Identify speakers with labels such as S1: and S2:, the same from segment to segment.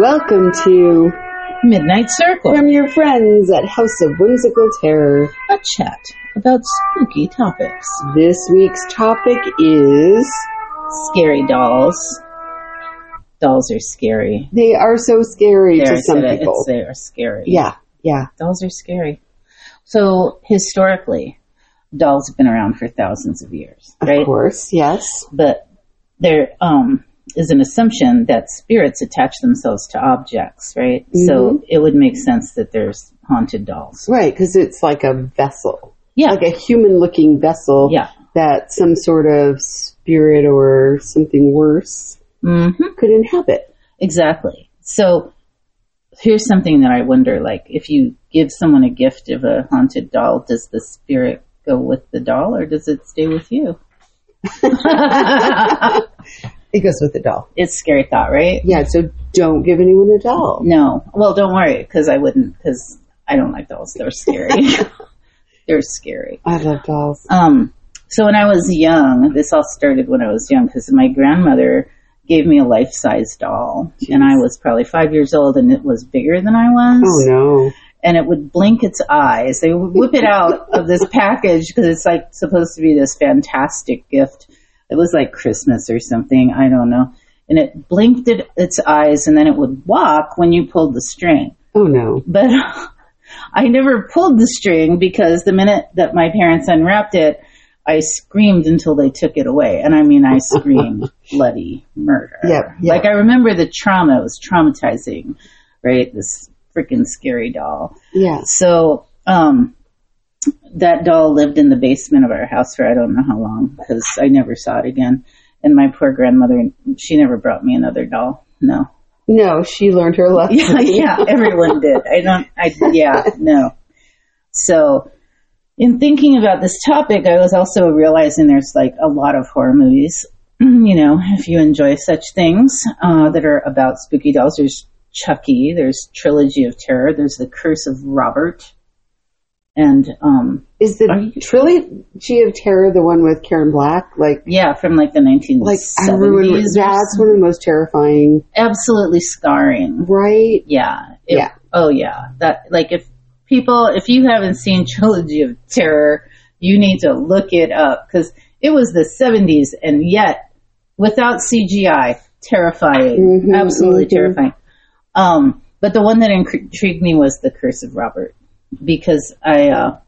S1: Welcome to
S2: Midnight Circle,
S1: From Your Friends at House of Whimsical Terror.
S2: a chat about spooky topics,
S1: This week's topic is
S2: scary dolls. Dolls are scary.
S1: they are so scary
S2: There, I
S1: to some
S2: said it.
S1: people.
S2: It's, they are scary.
S1: Yeah, yeah.
S2: dolls are scary. So historically, dolls have been around for thousands of years,
S1: Of
S2: right?
S1: course, yes.
S2: But there um, is an assumption that spirits attach themselves to objects, right?
S1: Mm-hmm.
S2: So it would make sense that there's haunted dolls.
S1: Right, because it's like a vessel,
S2: Yeah,
S1: like a human looking vessel
S2: yeah.
S1: that some sort of spirit or something worse
S2: hmm
S1: could inhabit.
S2: Exactly. So here's something that I wonder like if you give someone a gift of a haunted doll, does the spirit go with the doll or does it stay with you?
S1: It goes with the doll.
S2: it's a scary thought, right?
S1: Yeah, so don't give anyone a doll.
S2: No. Well, don't worry because I wouldn't because I don't like dolls. They're scary. They're scary.
S1: I love dolls.
S2: Um, so when I was young, this all started when I was young because my grandmother gave me a life size doll and I was probably five years old and it was bigger than I was.
S1: Oh no.
S2: and it would blink its eyes. They would whip it out of this package because it's like supposed to be this fantastic gift. It was like Christmas or something. I don't know. And it blinked it, its eyes and then it would walk when you pulled the string.
S1: Oh no.
S2: But I never pulled the string because the minute that my parents unwrapped it, I screamed until they took it away. And I mean, I screamed bloody murder.
S1: Yep, yep.
S2: Like I remember the trauma. It was traumatizing, right? This freaking scary doll.
S1: Yes.
S2: So um, that doll lived in the basement of our house for I don't know how long because I never saw it again. And my poor grandmother, she never brought me another doll. No.
S1: No, she learned her lesson.
S2: Yeah, yeah, everyone did. I don't. I yeah, no. So, in thinking about this topic, I was also realizing there's like a lot of horror movies. You know, if you enjoy such things uh, that are about spooky dolls, there's Chucky, there's Trilogy of Terror, there's The Curse of Robert, and um,
S1: Is
S2: Are
S1: the
S2: you-
S1: trilogy of terror the one with Karen Black? Like,
S2: yeah, from like the 1970s.
S1: like everyone,
S2: or
S1: that's one of the most terrifying,
S2: absolutely scarring.
S1: right?
S2: Yeah. It-
S1: Yeah.
S2: Oh yeah. That like if people if you haven't seen Trilogy of Terror, you need to look it up because it was the 70s and yet without CGI, terrifying,
S1: Mhm,
S2: absolutely
S1: mhm.
S2: terrifying. Um, but the one that intrigued me was The Curse of Robert because I uh,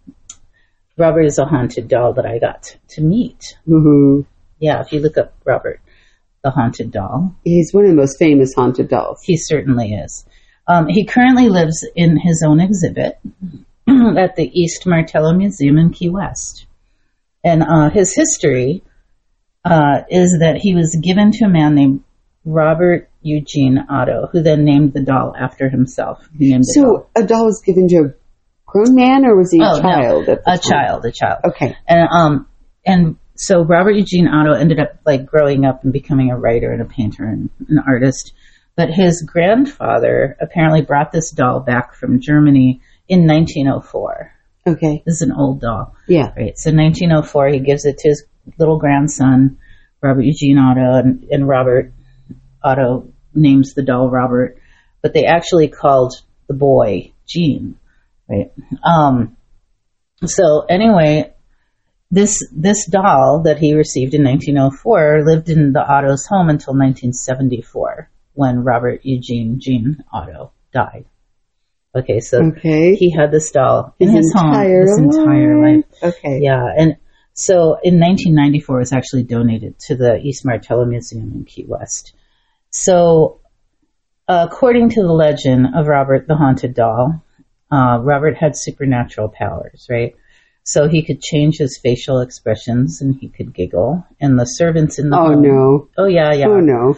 S2: Robert is a haunted doll that I got to meet.
S1: hmm
S2: Yeah, if you look up Robert, the haunted doll,
S1: He's one of the most famous haunted dolls.
S2: he certainly is. Um, he currently lives in his own exhibit at the East Martello Museum in Key West. And uh, his history uh, is that he was given to a man named Robert Eugene Otto, who then named the doll after himself. He named the doll.
S1: So a doll was given to a grown man, or was he a
S2: Oh, no.
S1: child? at the
S2: a
S1: time?
S2: child, a child.
S1: Okay.
S2: And um and so Robert Eugene Otto ended up like growing up and becoming a writer and a painter and an artist. But his grandfather apparently brought this doll back from Germany in 1904.
S1: Okay.
S2: This is an old doll,
S1: Yeah.
S2: right? So 1904, he gives it to his little grandson, Robert Eugene Otto, and, and Robert Otto names the doll Robert. But they actually called the boy Gene, right? Um, so anyway, this this doll that he received in 1904 lived in the Otto's home until 1974 when Robert Eugene Jean Otto died. Okay, so
S1: Okay.
S2: he had this doll in his, home his entire life.
S1: Okay.
S2: Yeah, and so in 1994, it was actually donated to the East Martello Museum in Key West. So, according to the legend of Robert the Haunted Doll, uh, Robert had supernatural powers, right? So he could change his facial expressions and he could giggle. And the servants in the
S1: Oh
S2: home,
S1: no.
S2: oh yeah, yeah,
S1: Oh no.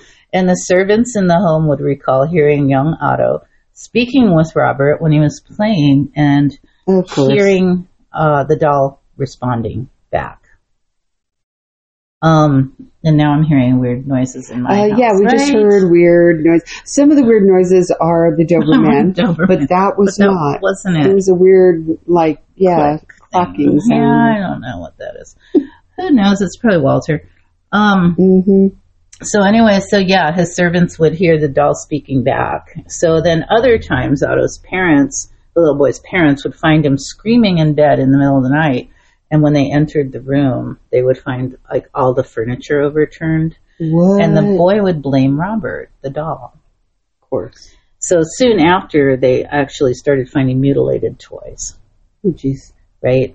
S1: Of course.
S2: hearing uh, the doll responding back. Um, and now I'm hearing weird noises in my
S1: Uh,
S2: house.
S1: yeah, we just
S2: right?
S1: heard weird noise. Some of the weird noises are the Doberman,
S2: Doberman.
S1: but that
S2: But
S1: was
S2: that
S1: not.
S2: wasn't
S1: It
S2: it?
S1: was a weird, like, yeah,
S2: Yeah,
S1: clocking sound.
S2: I don't know what that is. Who knows? It's probably Walter. Um,
S1: hmm
S2: so anyway, so yeah, his servants would hear the doll speaking back. So then other times Otto's parents, the little boy's parents would find him screaming in bed in the middle of the night. And when they entered the room, they would find like all the furniture overturned.
S1: What?
S2: And the boy would blame Robert, the doll.
S1: of course.
S2: So soon after, they actually started finding mutilated toys
S1: Oh, jeez.
S2: right?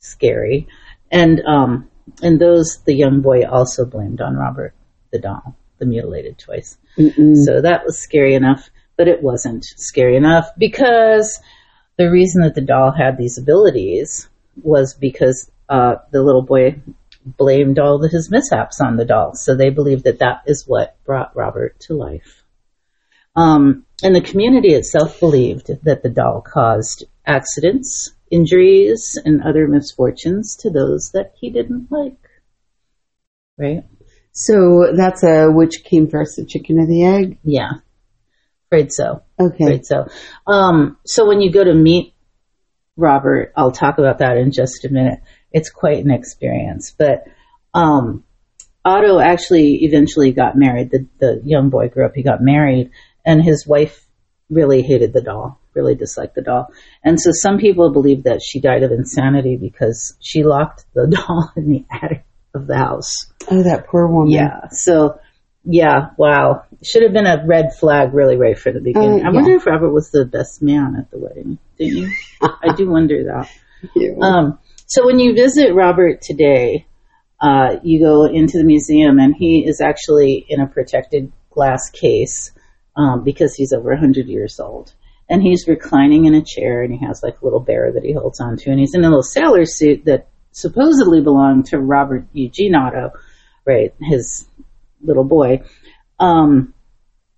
S2: Scary. And um, and those the young boy also blamed on Robert the doll, the mutilated toys.
S1: Mm-mm.
S2: So that was scary enough, but it wasn't scary enough because the reason that the doll had these abilities was because uh, the little boy blamed all of his mishaps on the doll. So they believed that that is what brought Robert to life. Um, and the community itself believed that the doll caused accidents, injuries, and other misfortunes to those that he didn't like. Right?
S1: So that's a which came first, the chicken or the egg?
S2: Yeah. Afraid so.
S1: Okay.
S2: Right. So, um, so when you go to meet Robert, I'll talk about that in just a minute. It's quite an experience, but, um, Otto actually eventually got married. The, the young boy grew up, he got married and his wife really hated the doll, really disliked the doll. And so some people believe that she died of insanity because she locked the doll in the attic of the house.
S1: Oh, that poor woman.
S2: Yeah. So, yeah, wow. Should have been a red flag really right from the beginning.
S1: Uh,
S2: I wonder if Robert was the best man at the wedding. Didn't you? I do wonder that.
S1: Ew.
S2: Um, so when you visit Robert today, uh, you go into the museum and he is actually in a protected glass case um, because he's over 100 years old. And he's reclining in a chair and he has like a little bear that he holds onto and he's in a little sailor suit that supposedly belonged to Robert Eugene Otto, right, his little boy. Um,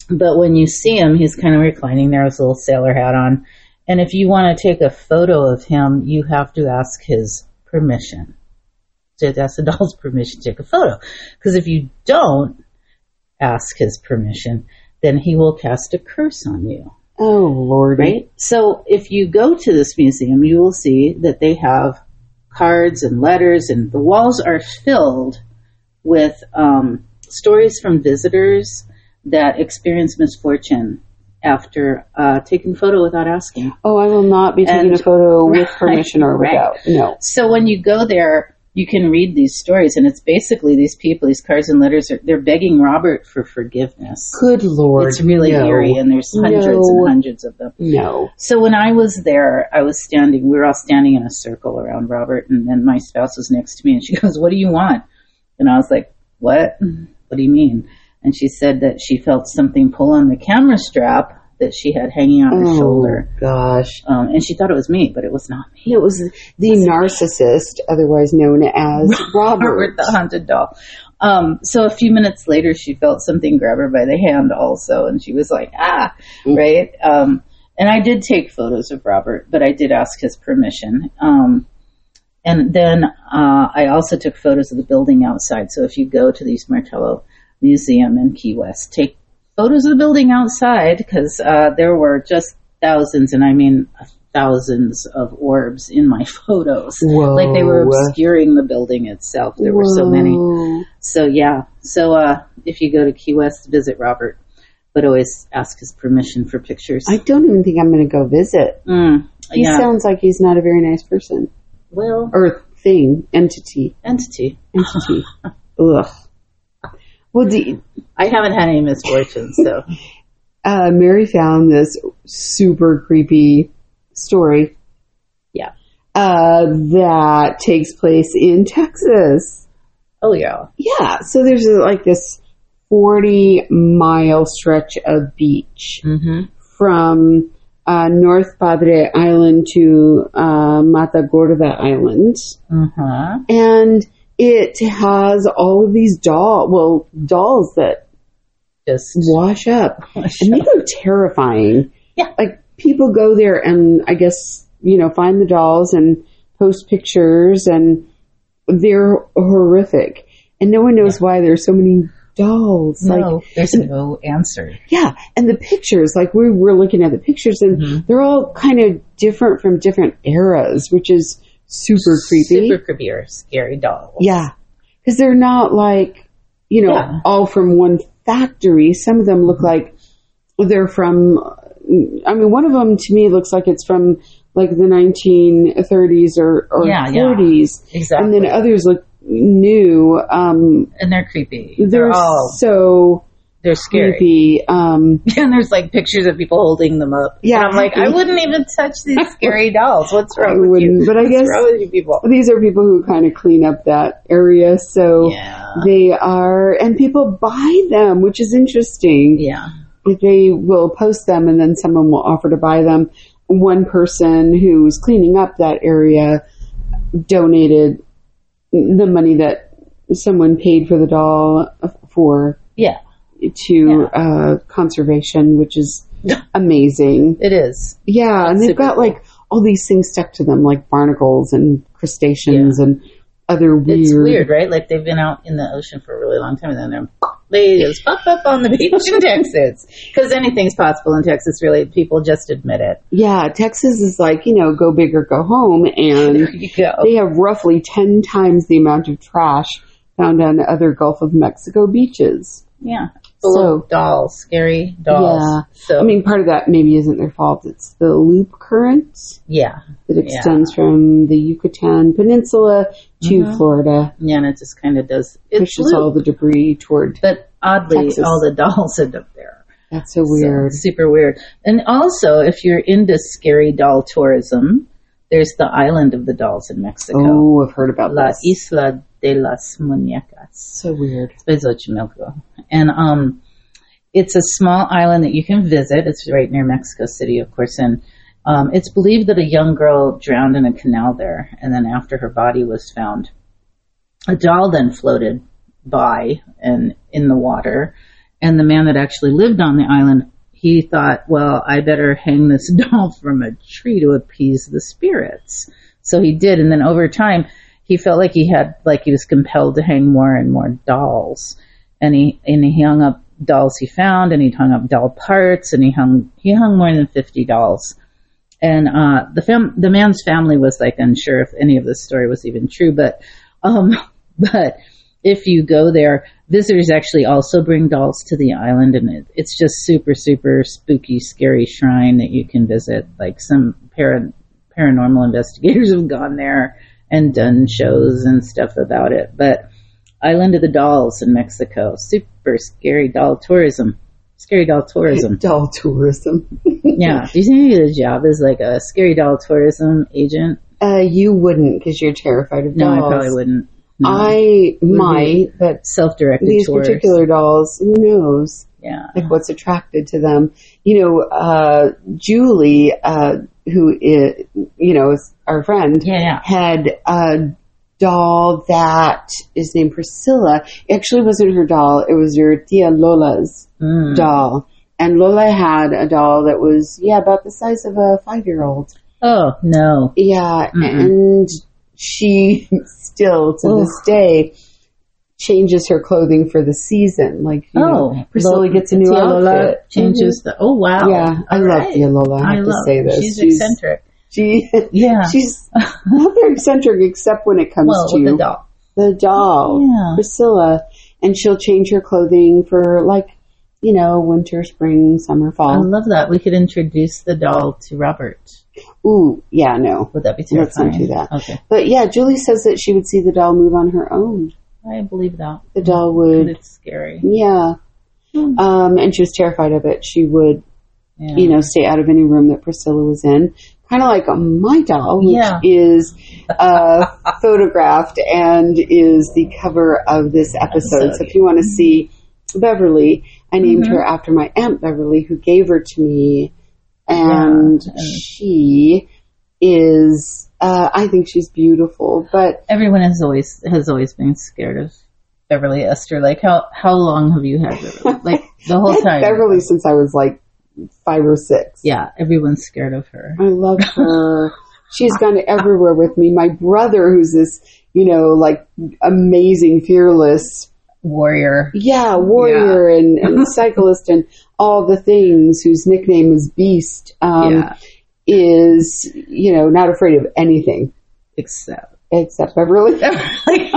S2: but when you see him, he's kind of reclining there with his little sailor hat on. And if you want to take a photo of him, you have to ask his permission. So that's the doll's permission to take a photo. Because if you don't ask his permission, then he will cast a curse on you.
S1: oh, lordy.
S2: Right? So if you go to this museum, you will see that they have cards and letters, and the walls are filled with um, stories from visitors that experience misfortune after uh, taking photo without asking.
S1: Oh, I will not be taking
S2: And-
S1: a photo with
S2: Right,
S1: permission or
S2: right.
S1: without. No.
S2: So when you go there, you can read these stories, and it's basically these people, these cards and letters, are, they're begging Robert for forgiveness.
S1: Good lord.
S2: It's really
S1: no.
S2: eerie, and there's hundreds
S1: No.
S2: and hundreds of them.
S1: No.
S2: So when I was there, I was standing, we were all standing in a circle around Robert, and then my spouse was next to me, and she goes, What do you want? And I was like, What? What do you mean? And she said that she felt something pull on the camera strap that she had hanging on her
S1: Oh,
S2: shoulder.
S1: gosh.
S2: Um, and she thought it was me, but it was not me.
S1: It was the narcissist, otherwise known as
S2: Robert
S1: Robert.
S2: the haunted doll. Um, so a few minutes later, she felt something grab her by the hand also, and she was like, ah, right? Um, and I did take photos of Robert, but I did ask his permission. Um, and then uh, I also took photos of the building outside. So if you go to the East Martello Museum in Key West, take photos of the building outside because uh, there were just thousands, and I mean thousands of orbs in my photos.
S1: Whoa.
S2: Like they were obscuring the building itself. There were so many.
S1: Whoa.
S2: So yeah. So uh, if you go to Key West, visit Robert, but always ask his permission for pictures.
S1: I don't even think I'm going to go visit.
S2: Mm,
S1: He
S2: yeah.
S1: sounds like he's not a very nice person
S2: well,
S1: or thing, entity,
S2: entity.
S1: entity. Ugh. Well, do you-
S2: I haven't had any misfortune, so
S1: uh, Mary found this super creepy story.
S2: Yeah.
S1: Uh, that takes place in Texas.
S2: oh yeah.
S1: Yeah, so there's uh, like this 40 mile stretch of beach
S2: Mm-hmm.
S1: from uh, North Padre Island to uh, Mata Gorda Island.
S2: Uh-huh.
S1: And it has all of these doll, well, dolls that
S2: Just
S1: wash up.
S2: Wash
S1: and they look terrifying.
S2: Yeah.
S1: Like people go there and I guess, you know, find the dolls and post pictures and they're horrific. And no one knows why there's so many dolls. Like
S2: no, there's no answer.
S1: yeah. And the pictures, like we were looking at the pictures and
S2: Mm-hmm.
S1: they're all kind of different from different eras, which is super creepy.
S2: Super creepy or scary doll.
S1: Yeah. Because they're not like you know,
S2: Yeah. Mm-hmm.
S1: all from one factory. Some of them look like they're from, I mean, one of them to me looks like it's from like the 1930s or, or
S2: Yeah, yeah.
S1: 40s.
S2: Exactly.
S1: And then others look new. Um,
S2: and they're creepy.
S1: they're
S2: They're all
S1: so
S2: they're scary.
S1: creepy. Um,
S2: And there's like pictures of people holding them up.
S1: Yeah,
S2: and I'm like, I
S1: happy.
S2: wouldn't even touch these scary dolls. What's
S1: I
S2: wrong with you?
S1: wouldn't, but I
S2: What's
S1: guess-
S2: wrong with you people.
S1: these are people who kind of clean up that area. So
S2: Yeah,
S1: they are, and people buy them, which is interesting.
S2: yeah,
S1: they will post them and then someone will offer to buy them. One person who's cleaning up that area donated the money that someone paid for the doll uh, for
S2: yeah.
S1: to uh, conservation, which is amazing.
S2: It is.
S1: Yeah, and they've
S2: super
S1: got like all these things stuck to them, like barnacles and crustaceans and other weird.
S2: It's weird, right? Like they've been out in the ocean for a really long time, and then they're they just pop up on the beach in Texas because anything's possible in Texas. Really, people just admit it.
S1: Yeah, Texas is like you know, go big or go home, and
S2: There you go.
S1: They have roughly 10 times the amount of trash found on other Gulf of Mexico beaches.
S2: Yeah, full
S1: So-
S2: of dolls, scary dolls.
S1: Yeah.
S2: So
S1: I mean, part of that maybe isn't their fault. It's the loop current
S2: yeah,
S1: that
S2: Yeah.
S1: extends from the Yucatan Peninsula to
S2: Mm-hmm.
S1: Florida,
S2: yeah, and it just kind of does. It
S1: pushes all
S2: blew.
S1: the debris toward.
S2: But oddly,
S1: Texas.
S2: all the dolls end up there.
S1: That's so
S2: So,
S1: weird.
S2: super weird. And also, if you're into scary doll tourism, there's the island of the dolls in Mexico,
S1: oh, I've heard about
S2: La
S1: this.
S2: Isla de las Muñecas.
S1: so weird.
S2: It's Xochimilco. And um, it's a small island that you can visit. It's right near Mexico City, of course. And um, it's believed that a young girl drowned in a canal there. And then after her body was found, a doll then floated by and in the water. And the man that actually lived on the island, he thought, well, I better hang this doll from a tree to appease the spirits. So he did. And then over time, he felt like he had, like he was compelled to hang more and more dolls. And he, and he hung up dolls he found and he hung up doll parts and he hung, he hung more than 50 dolls. And, uh, the fam, the man's family was like unsure if any of this story was even true, but, um, but if you go there, visitors actually also bring dolls to the island, and it, it's just super, super spooky, scary shrine that you can visit. Like some para, paranormal investigators have gone there and done shows and stuff about it. But Island of the Dolls in Mexico, super scary doll tourism. Scary doll tourism.
S1: Doll tourism.
S2: Yeah. Do you think the job is like a scary doll tourism agent?
S1: Uh, you wouldn't because you're terrified of
S2: No,
S1: dolls.
S2: I probably wouldn't. No.
S1: I might, but
S2: Self-directed
S1: these
S2: tours.
S1: particular dolls, who knows?
S2: yeah.
S1: like what's attracted to them. You know, uh, Julie, uh, who is, you know, is our friend,
S2: Yeah, yeah.
S1: had a doll that is named Priscilla. It actually wasn't her doll. It was your Tia Lola's
S2: Mm.
S1: doll. And Lola had a doll that was, yeah, about the size of a five year old.
S2: Oh no.
S1: Yeah. And she still to this day changes her clothing for the season. Like, you
S2: Oh,
S1: know, Priscilla
S2: Lola-
S1: gets a new
S2: Tia Lola
S1: outfit. Mm-hmm.
S2: Changes the. Oh wow.
S1: Yeah, I
S2: All
S1: love
S2: right.
S1: Tia Lola. I have to
S2: love-
S1: say this.
S2: She's,
S1: She's-
S2: eccentric.
S1: She,
S2: Yeah.
S1: she's not very eccentric except when it comes
S2: well,
S1: to
S2: with the doll.
S1: the doll,
S2: Yeah.
S1: Priscilla, and she'll change her clothing for like, you know, winter, spring, summer,
S2: I
S1: fall.
S2: love that. We could introduce the doll to Robert.
S1: Ooh, yeah, no.
S2: Would that be
S1: Let's
S2: terrifying?
S1: not do that.
S2: Okay.
S1: But yeah, Julie says that she would see the doll move on her own.
S2: I believe that.
S1: The doll
S2: But
S1: would,
S2: it's scary.
S1: yeah.
S2: Hmm.
S1: Um, and she was terrified of it. She would,
S2: Yeah.
S1: you know, stay out of any room that Priscilla was in. Kind of like my doll, which
S2: Yeah.
S1: is uh, photographed and is the cover of this episode. So if you want to see Beverly, I named
S2: Mm-hmm.
S1: her after my aunt Beverly, who gave her to me, and
S2: Yeah, and-
S1: she is. Uh, I think she's beautiful, but
S2: Everyone has always has always been scared of Beverly Esther. Like how how long have you had Beverly? Like the
S1: I
S2: whole
S1: had
S2: time.
S1: Beverly since I was like five or six.
S2: Yeah, everyone's scared of her.
S1: I love her. She's gone everywhere with me. My brother, who's this, you know, like amazing, fearless,
S2: Warrior.
S1: yeah, warrior And, and cyclist and all the things, whose nickname is Beast, um,
S2: yeah.
S1: is, you know, not afraid of anything
S2: Except
S1: except Beverly.
S2: Beverly.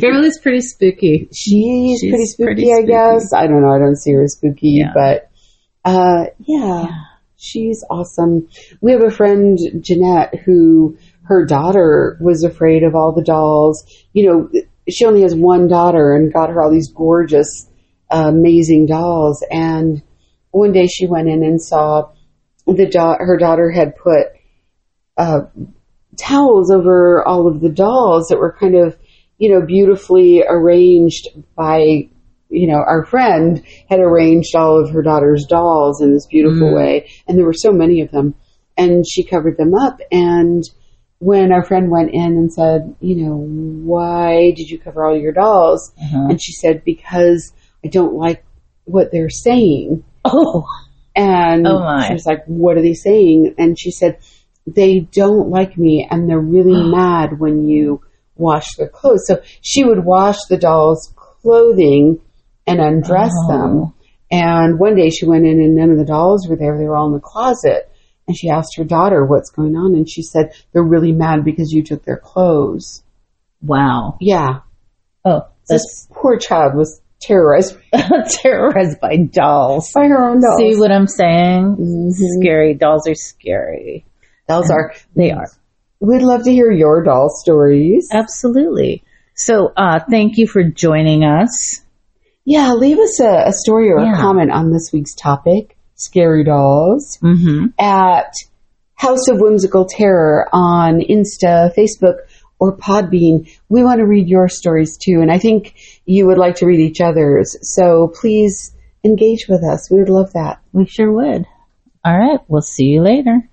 S3: Beverly's pretty spooky.
S1: She's,
S2: She's
S1: pretty spooky,
S3: pretty
S1: I
S3: spooky.
S1: guess. I don't know. I don't see her as spooky,
S2: Yeah.
S1: but uh, yeah, she's awesome. We have a friend, Jeanette, who her daughter was afraid of all the dolls. You know, she only has one daughter and got her all these gorgeous, uh, amazing dolls. And one day she went in and saw the da- her daughter had put uh, towels over all of the dolls that were kind of, you know, beautifully arranged by, you know, our friend had arranged all of her daughter's dolls in this beautiful way. And there were so many of them. And she covered them up. And when our friend went in and said, you know, why did you cover all your dolls?
S2: Uh-huh.
S1: And she said, because I don't like what they're saying.
S2: Oh,
S1: And
S2: Oh, my.
S1: she was like, What are they saying? And she said, They don't like me and they're really mad when you wash their clothes. So she would wash the doll's clothing and undress
S2: Oh.
S1: them. And one day she went in and none of the dolls were there. They were all in the closet. And she asked her daughter what's going on. And she said, They're really mad because you took their clothes.
S2: wow.
S1: Yeah.
S2: Oh, that's
S1: This poor child was terrorized
S2: terrorized by dolls.
S1: by her own dolls.
S2: See what I'm saying?
S1: Mhm.
S2: Scary. Dolls are scary.
S1: Dolls are.
S2: They are.
S1: We'd love to hear your doll stories.
S2: Absolutely. So, uh, thank you for joining us.
S1: Yeah, leave us a, a story or a
S2: Yeah.
S1: comment on this week's topic, scary dolls,
S2: Mm-hmm.
S1: at House of Whimsical Terror on Insta, Facebook, or Podbean. We want to read your stories too, and I think you would like to read each other's. So please engage with us. We would love that.
S2: We sure would. All right. We'll see you later.